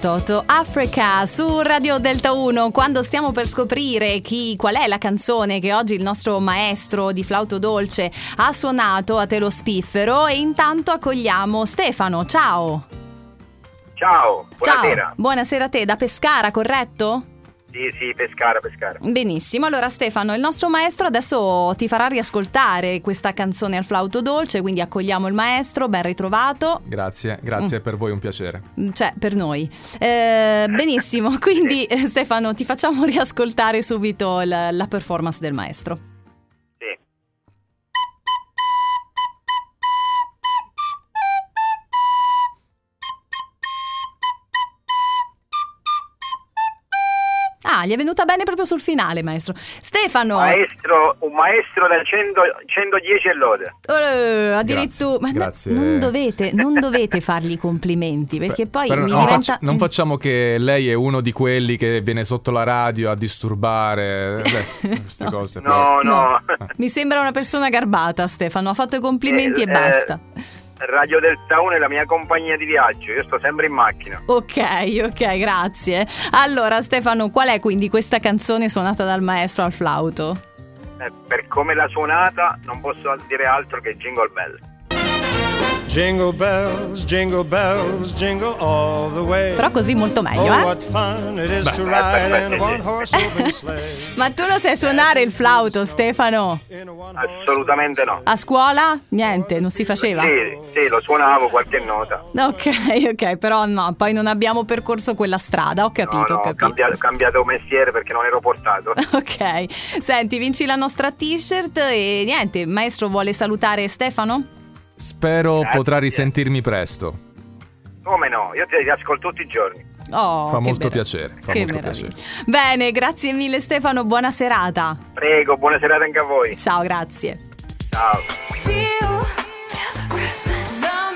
Toto Africa su Radio Delta 1 quando stiamo per scoprire chi, qual è la canzone che oggi il nostro maestro di flauto dolce ha suonato a Telo Spiffero e intanto accogliamo Stefano, ciao! Ciao, buonasera. Ciao, buonasera a te, da Pescara, corretto? Sì, sì, Pescara, Pescara. Benissimo, allora Stefano, il nostro maestro adesso ti farà riascoltare questa canzone al flauto dolce, quindi accogliamo il maestro, ben ritrovato. Grazie, grazie per voi, un piacere. Cioè, per noi. Eh, benissimo, quindi eh, Stefano ti facciamo riascoltare subito la, la performance del maestro. Sì. Ah, gli è venuta bene proprio sul finale, maestro. Stefano, Maestro, un maestro da 100 110 e lode. eh, addirittura... Grazie, ma no- grazie. Non, dovete, non dovete fargli i complimenti, perché Per- poi però mi non, diventa... facci- non facciamo che lei è uno di quelli che viene sotto la radio a disturbare Adesso, queste No. cose. però- No, no. Mi sembra una persona garbata, Stefano. Ha fatto i complimenti Eh, e basta. Radio Delta 1 è la mia compagnia di viaggio, io sto sempre in macchina. Ok, ok, grazie. Allora, Stefano, qual è quindi questa canzone suonata dal maestro al flauto? Eh, per come l'ha suonata non posso dire altro che Jingle Bell. Jingle bells, jingle bells, jingle all the way. Però così molto meglio, Oh, eh? what fun it is to Beh, ride beh, in beh, a sì. one-horse open sleigh. Ma tu lo sai suonare il flauto, Stefano? In a one-horse Assolutamente no. A scuola? Niente, non si faceva. Sì, sì, lo suonavo qualche nota. Ok, ok, però no, poi non abbiamo percorso quella strada, ho capito, no, no, ho ho capito. cambiato, cambiato mestiere perché non ero portato. Ok, senti, vinci la nostra t-shirt e niente, maestro vuole salutare Stefano? Spero Grazie. potrà risentirmi presto. Come no? Io ti ti ascolto tutti i giorni. Oh, Fa che molto meraviglia. piacere, fa che molto meraviglia. Bene, grazie mille Stefano, buona serata. Prego, buona serata anche a voi. Ciao, grazie. Ciao. Feel Christmas.